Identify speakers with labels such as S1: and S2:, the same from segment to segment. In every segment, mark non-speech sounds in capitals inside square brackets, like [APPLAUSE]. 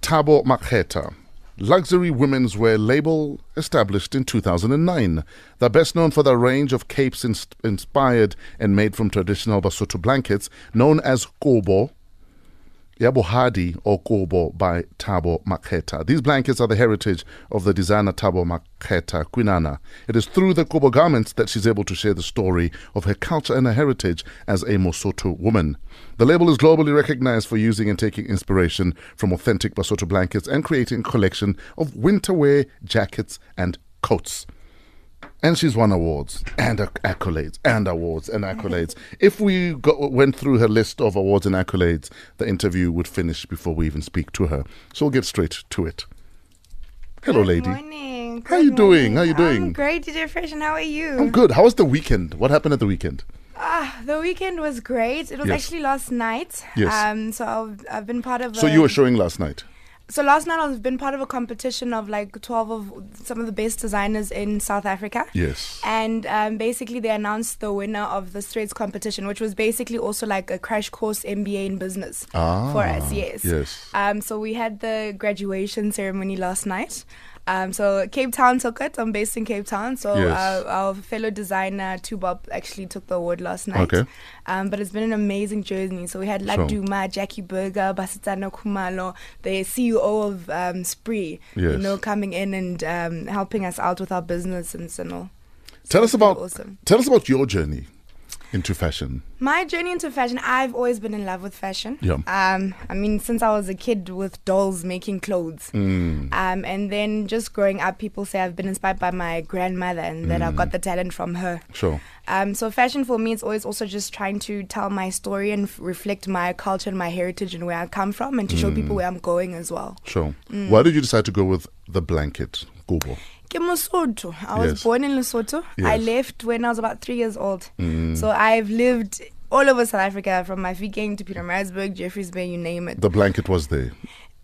S1: Cabo Marchetta, luxury women's wear label established in 2009. They're best known for their range of capes ins- inspired and made from traditional Basotho blankets known as Kobo. Yabohadi or Kobo by Tabo Maketa. These blankets are the heritage of the designer Tabo Maketa Quinana. It is through the Kobo garments that she's able to share the story of her culture and her heritage as a Mosoto woman. The label is globally recognized for using and taking inspiration from authentic Basotho blankets and creating a collection of winter wear jackets and coats. And she's won awards and acc- accolades and awards and accolades. if we go, went through her list of awards and accolades, the interview would finish before we even speak to her. So we'll get straight to it. Hello,
S2: Good
S1: lady.
S2: Morning.
S1: How
S2: Good
S1: you doing?
S2: morning.
S1: How you doing?
S2: I'm great, DJ Fresh, and how are you?
S1: I'm good. How was the weekend? What happened at the weekend?
S2: Ah, [LAUGHS] the weekend was great. It was
S1: Yes.
S2: actually last night.
S1: Yes.
S2: Um, so I've, I've been part of.
S1: So
S2: a,
S1: you were showing last night.
S2: So last night I've been part of a competition of like 12 of some of the best designers in South Africa.
S1: Yes.
S2: And um, basically, they announced the winner of the Threads competition, which was basically also like a crash course MBA in business for
S1: Ah,
S2: us. Yes.
S1: yes.
S2: Um, so we had the graduation ceremony last night. Um, so Cape Town took it. I'm based in Cape Town, so
S1: Yes.
S2: uh, our fellow designer Tubob actually took the award last night.
S1: Okay.
S2: Um, but it's been an amazing journey. So we had
S1: Sure.
S2: Laduma, Jackie Berger, Basitana Kumalo, the CEO of um, Spree, you
S1: Yes.
S2: know, coming in and um, helping us out with our business and, and all.
S1: Tell us
S2: it's been
S1: about
S2: awesome.
S1: tell us about your journey into fashion.
S2: My journey into fashion, I've always been in love with fashion.
S1: Yeah.
S2: Um, I mean, since I was a kid with dolls making clothes. Um, and then just growing up, people say I've been inspired by my grandmother and that I've got the talent from her.
S1: Sure.
S2: Um, so fashion for me, it's always also just trying to tell my story and f- reflect my culture and my heritage and where I come from and to show people where I'm going as well.
S1: Sure.
S2: Mm.
S1: Why did you decide to go with the blanket, Kobo?
S2: Ke Mosotho. I was
S1: Yes.
S2: born in Lesotho. I
S1: Yes. Mm.
S2: left when I was about three years old. So I've lived all over South Africa, from my Mafeking to Peter Marisburg, Jeffreys Bay, you name it.
S1: The blanket was there.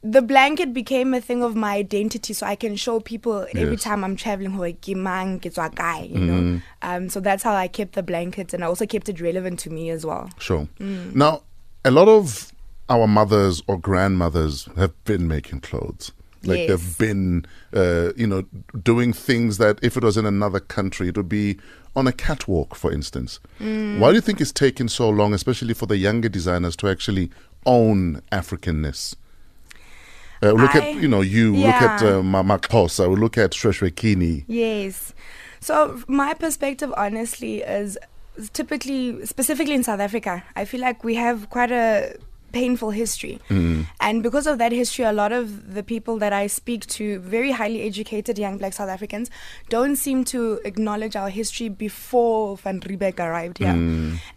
S2: The blanket became a thing of my identity, so I can show people every
S1: Yes. Mm.
S2: time I'm traveling, "Hoi, ke mang, ke tswa kae," you know. Um, so that's how I kept the blanket, and I also kept it relevant to me as well.
S1: Sure.
S2: Mm.
S1: Now, a lot of our mothers or grandmothers have been making clothes. Like
S2: Yes.
S1: they've been, uh, you know, doing things that if it was in another country, it would be on a catwalk, for instance.
S2: Mm.
S1: Why do you think it's taken so long, especially for the younger designers, to actually own Africanness? Uh, look
S2: I-
S1: at, you know, you, look at
S2: Yeah.
S1: uh, Ma- Mark Posa, look at Shweshwekini.
S2: Yes. So f- my perspective, honestly, is is typically, specifically in South Africa, I feel like we have quite a painful history, and because of that history, a lot of the people that I speak to, very highly educated young Black South Africans, don't seem to acknowledge our history before Van Riebeck arrived here.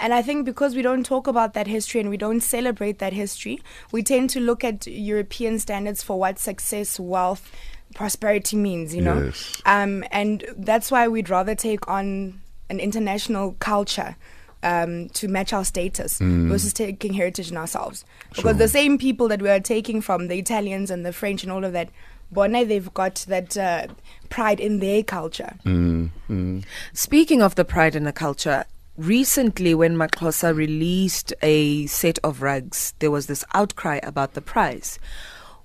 S2: And I think because we don't talk about that history and we don't celebrate that history, we tend to look at European standards for what success, wealth, prosperity means. You know.
S1: Yes.
S2: Um, and that's why we'd rather take on an international culture um, to match our status versus taking heritage in ourselves. Because the same people that we are taking from, the Italians and the French and all of that, Bonne, they've got that uh, pride in their culture.
S3: Speaking of the pride in the culture, recently when Maxhosa released a set of rugs, there was this outcry about the price.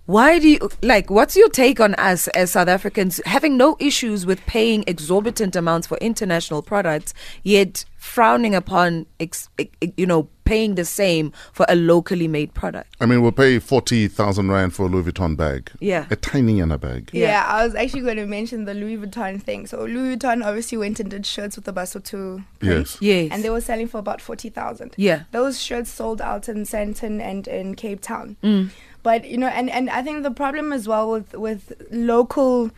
S3: Why do you like what's your take on us as South Africans having no issues with paying exorbitant amounts for international products yet frowning upon ex, ex- you know paying the same for a locally made product?
S1: I mean, we'll pay 40,000 Rand for a Louis Vuitton bag.
S3: Yeah.
S1: A tiny Yana bag.
S2: Yeah.
S3: Yeah.
S2: I was actually going to mention the Louis Vuitton thing. So Louis Vuitton obviously went and did shirts with the Basotho print.
S1: Yes.
S3: Yes.
S2: And they were selling for about 40,000.
S3: Yeah.
S2: Those shirts sold out in Santon and in Cape Town. But, you know, and, and I think the problem as well with, with local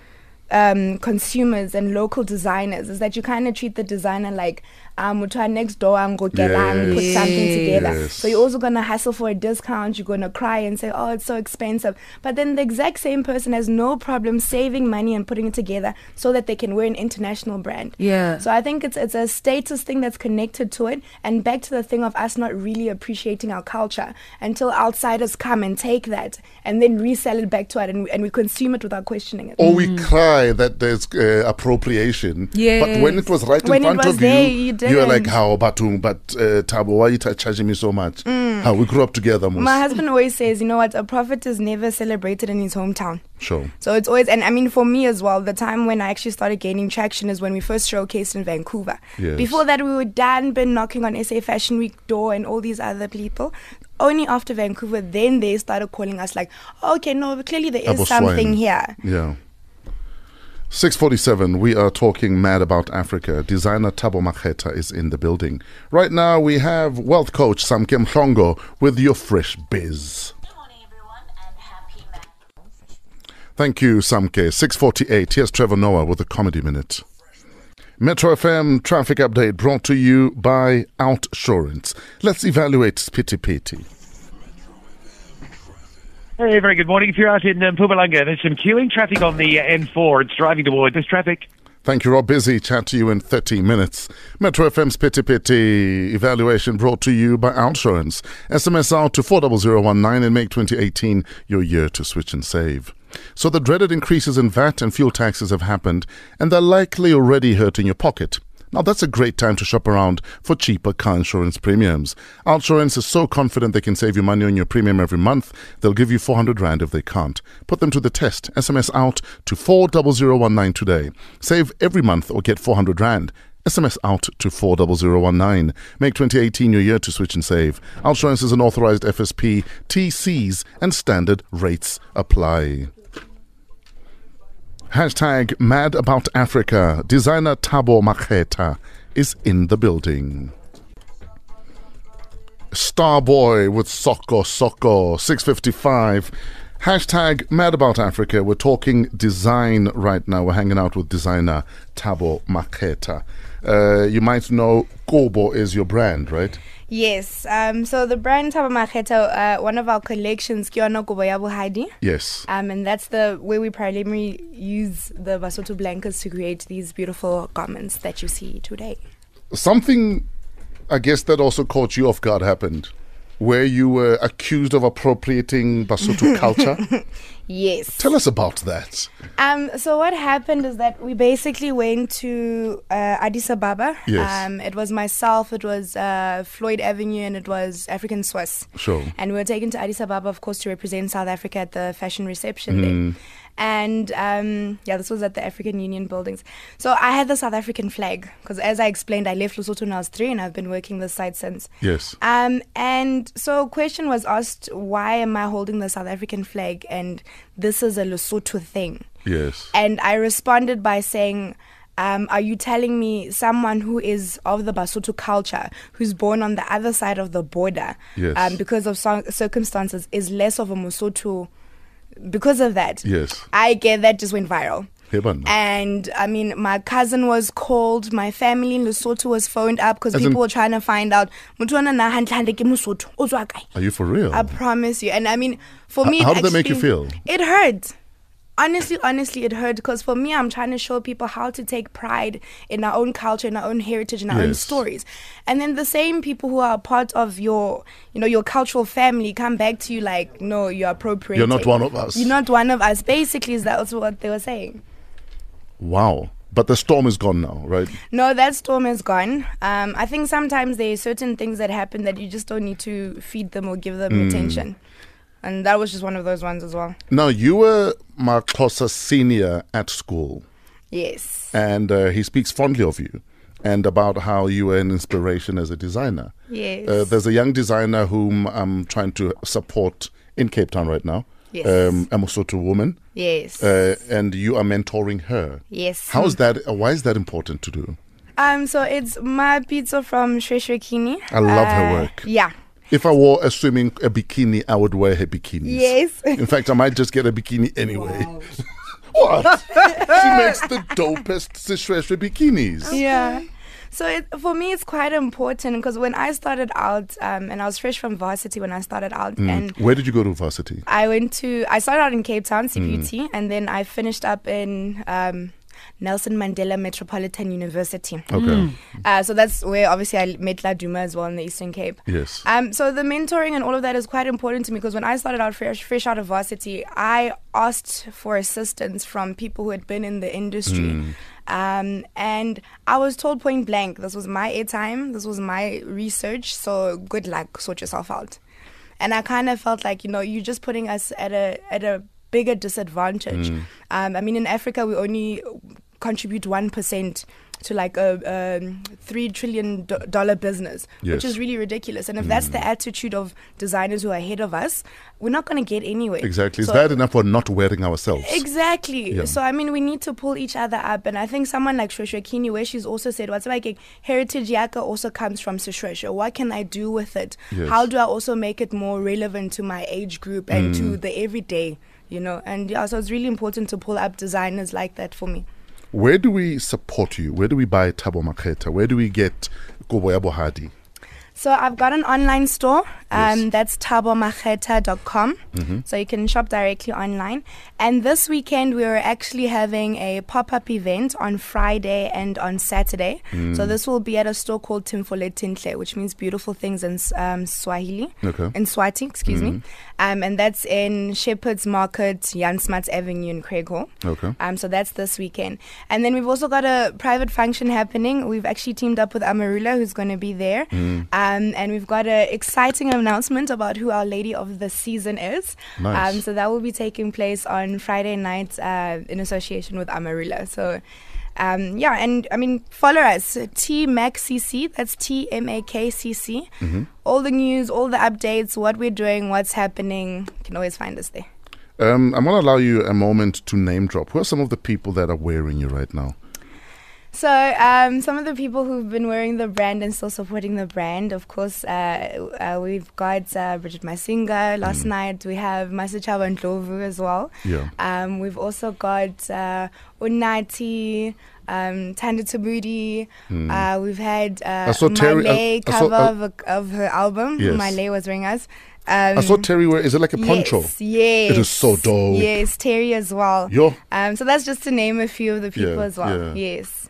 S2: um, consumers and local designers is that you kind of treat the designer like, um, we'll try next door and go get and put something together.
S1: Yes.
S2: So you're also going to hustle for a discount. You're going to cry and say, oh, it's so expensive. But then the exact same person has no problem saving money and putting it together so that they can wear an international brand.
S3: Yeah.
S2: So I think it's it's a status thing that's connected to it, and back to the thing of us not really appreciating our culture until outsiders come and take that and then resell it back to us, and we, and we consume it without questioning it.
S1: Or we cry that there's uh, appropriation. But when it was right in
S2: When it
S1: front
S2: was
S1: of
S2: there,
S1: you,
S2: you didn't.
S1: You were like, how about you? But uh, Tabo, why are you ta- charging me so much? How we grew up together, Musi.
S2: Mm. My husband always says, you know what, a prophet is never celebrated in his hometown.
S1: Sure.
S2: So it's always, and I mean, for me as well, the time when I actually started gaining traction is when we first showcased in Vancouver.
S1: Yes.
S2: Before that, we were done, been knocking on SA Fashion Week door and all these other people. Only after Vancouver, then they started calling us like, "Oh, okay, no, but clearly there
S1: Abo
S2: is
S1: Swine.
S2: something here.
S1: Yeah. 647, we are talking mad about Africa. Designer Tabo Macheta is in the building. Right now, we have wealth coach Samkem Mhlongo with your fresh biz.
S4: Good morning, everyone, and happy Monday.
S1: Thank you, Samke. 648, here's Trevor Noah with a comedy minute. Metro FM traffic update brought to you by Outsurance. Let's evaluate Spitty Pitty.
S5: Hey, very good morning. If you're out in um, Pumalanga, there's some queuing traffic on the uh, N4. It's driving towards this traffic.
S1: Thank you, Rob Busy. Chat to you in 30 minutes. Metro FM's Pity Pity evaluation brought to you by Outsurance. SMS out to 40019 and make 2018 your year to switch and save. So the dreaded increases in VAT and fuel taxes have happened, and they're likely already hurting your pocket. Now that's a great time to shop around for cheaper car insurance premiums. Outsurance is so confident they can save you money on your premium every month, they'll give you 400 rand if they can't. Put them to the test. SMS out to 40019 today. Save every month or get 400 rand. SMS out to 40019. Make 2018 your year to switch and save. Outsurance is an authorized FSP, TCs and standard rates apply. Hashtag mad about Africa. Designer Tabo Macheta is in the building. Starboy with Soko Soko 655. Hashtag mad about Africa. We're talking design right now. We're hanging out with designer Tabo Macheta. Uh, you might know Kobo is your brand, right?
S2: Yes. Um, so the brand Tabamacheta, uh, one of our collections, Kiona Koboyabu Hadi.
S1: Yes.
S2: Um, and that's the way we primarily use the Basotho blankets to create these beautiful garments that you see today.
S1: Something, I guess, that also caught you off guard happened. Where you were accused of appropriating
S2: [LAUGHS]
S1: Basotho culture.
S2: Yes.
S1: Tell us about that.
S2: Um, so what happened is that we basically went to uh, Addis Ababa.
S1: Yes.
S2: Um, it was myself, it was uh, Floyd Avenue, and it was African Swiss.
S1: Sure.
S2: And we were taken to Addis Ababa, of course, to represent South Africa at the fashion reception
S1: Mm-hmm.
S2: there. And um, yeah, this was at the African Union buildings. So I had the South African flag because, as I explained, I left Lesotho when I was three, and I've been working this site since.
S1: Yes.
S2: Um, and so a question was asked, why am I holding the South African flag? And this is a Lesotho thing.
S1: Yes.
S2: And I responded by saying, um, Are you telling me someone who is of the Basotho culture, who's born on the other side of the border,
S1: Yes.
S2: um, because of so- circumstances, is less of a Mosotho because of that?
S1: Yes.
S2: I get that just went viral.
S1: Heban.
S2: And I mean, my cousin was called, my family in Lesotho was phoned up because
S1: As
S2: people
S1: in-
S2: were trying to find out. "Motho ona na hantle hantle ke Mosotho, o tswa kae?"
S1: Are you for real?
S2: I promise you. And I mean, for me, it
S1: how did that make you
S2: actually-
S1: feel?
S2: It hurt. Honestly, honestly, it hurt because for me, I'm trying to show people how to take pride in our own culture, in our own heritage, in our own
S1: Yes.
S2: stories. And then the same people who are a part of your, you know, your cultural family come back to you like, no, you're appropriating.
S1: You're not one of us.
S2: You're not one of us. Basically, is that also what they were saying?
S1: wow. But the storm is gone now, right?
S2: No, that storm is gone. Um, I think sometimes there are certain things that happen that you just don't need to feed them or give them
S1: Mm.
S2: attention. And that was just one of those ones as well.
S1: Now, you were Marcosa senior at school,
S2: Yes.
S1: and uh, he speaks fondly of you and about how you were an inspiration as a designer.
S2: Yes.
S1: Uh, there's a young designer whom I'm trying to support in Cape Town right now.
S2: Yes.
S1: Um, a Mosotho woman,
S2: yes.
S1: uh, and you are mentoring her.
S2: yes.
S1: How is that? Uh, why is that important to do?
S2: Um. So it's my pizza from Shreshrekini.
S1: I love her work.
S2: Yeah.
S1: If I wore a swimming a bikini, I would wear her bikinis.
S2: Yes.
S1: In fact, I might just get a bikini anyway. [LAUGHS] what? she makes the dopest Sishweshwe bikinis.
S2: Yeah. So it, for me, it's quite important because when I started out, um, and I was fresh from varsity when I started out, and
S1: Hmm. Where did you go to varsity? Mm.
S2: I went to I started out in Cape Town CPUT, and then I finished up in um, Nelson Mandela Metropolitan University.
S1: Okay.
S2: Uh, so that's where obviously I met Laduma as well in the Eastern Cape.
S1: Yes.
S2: Um, so the mentoring and all of that is quite important to me because when I started out fresh, fresh out of varsity, I asked for assistance from people who had been in the industry. Um, and I was told point blank, this was my airtime, this was my research, so good luck, sort yourself out. And I kind of felt like, you know, you're just putting us at a at a bigger disadvantage. Um, I mean, in Africa, we only contribute one percent to like a um, three trillion do- dollar business,
S1: Yes.
S2: which is really ridiculous. And if that's
S1: Hmm.
S2: the attitude of designers who are ahead of us, we're not going to get anywhere.
S1: Exactly. It's
S2: So-
S1: bad enough for not wearing ourselves.
S2: Exactly.
S1: Yeah.
S2: So I mean, we need to pull each other up, and I think someone like Shosho Kini, where she's also said, "What's like heritage yaka also comes from Shosho. What can I do with it?
S1: Yes.
S2: How do I also make it more relevant to my age group and to
S1: Hmm.
S2: the everyday?" You know, and yeah, so it's really important to pull up designers like that for me.
S1: Where do we support you? Where do we buy Tabo Maketa? Where do we get Kobo ya Bohadi?
S2: So I've got an online store. Um,
S1: Yes. Mm-hmm.
S2: That's tabomacheta.com. So you can shop directly online. And this weekend, we are actually having a pop up event on Friday and on Saturday.
S1: Mm.
S2: So this will be at a store called Timfole Tintle, which means beautiful things in um, Swahili.
S1: Okay. Mm-hmm.
S2: In Swati, excuse me. Um, and that's in Shepherd's Market, Jansmats Avenue in Craig Hall.
S1: Okay.
S2: Um, so that's this weekend. And then we've also got a private function happening. We've actually teamed up with Amarula, who's going to be there.
S1: Mm.
S2: Um, and we've got an exciting announcement about who our Lady of the Season is.
S1: Nice.
S2: Um, so that will be taking place on Friday night uh, in association with Amarula. So. Um, yeah, and I mean, follow us T MacCC. That's T M A K C C.
S1: Mm-hmm.
S2: All the news, all the updates, what we're doing, what's happening. You can always find us there.
S1: Um, I'm going to allow you a moment to name drop. Who are some of the people that are wearing you right now?
S2: So, um, some of the people who've been wearing the brand and still supporting the brand, of course, uh, uh, we've got uh, Bridget Masinga last night. We have Masuchaba and Ndlovu as well.
S1: Mm. Yeah.
S2: Um, we've also got uh, Unati, um, Tanda Tabudi. Uh, we've had uh,
S1: Mm. I saw Terry- I-
S2: Malay
S1: I saw-
S2: cover
S1: I-
S2: of, a, of her album.
S1: Yes.
S2: Malay was wearing us. Um,
S1: I saw Terry wear, is it like a poncho?
S2: Yes, yes.
S1: It is so dope.
S2: Yes, Terry as well.
S1: Yo,
S2: Um, so that's just to name a few of the people as well.
S1: yeah.
S2: Yes.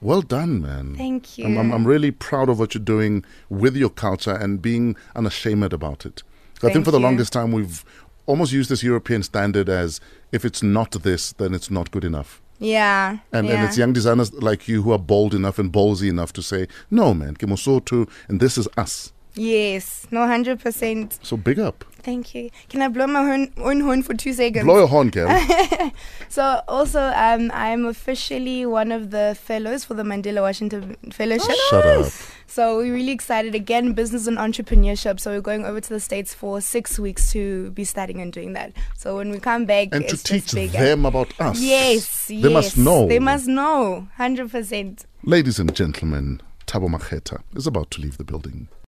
S1: well done, man.
S2: Thank you.
S1: I'm, I'm, I'm really proud of what you're doing with your culture and being unashamed about it. I think
S2: Thank
S1: for the
S2: you.
S1: longest time, we've almost used this European standard as if it's not this, then it's not good enough.
S2: Yeah.
S1: And,
S2: yeah.
S1: and it's young designers like you who are bold enough and ballsy enough to say, no, man, Kimosoto, and this is us.
S2: Yes. No, 100%.
S1: So big up.
S2: Thank you. Can I blow my horn, own horn for two seconds?
S1: Blow your horn,
S2: [LAUGHS]
S1: Kel.
S2: So, also, um, I'm officially one of the fellows for the Mandela Washington Fellowship.
S1: Oh, Shut up.
S2: So, we're really excited. Again, business and entrepreneurship. So, we're going over to the States for six weeks to be studying and doing that. So, when we come back,
S1: And
S2: it's
S1: to
S2: just
S1: teach
S2: bigger.
S1: them about us.
S2: Yes,
S1: They
S2: yes.
S1: must know.
S2: They must know. 100%.
S1: Ladies and gentlemen, Tabo Macheta is about to leave the building.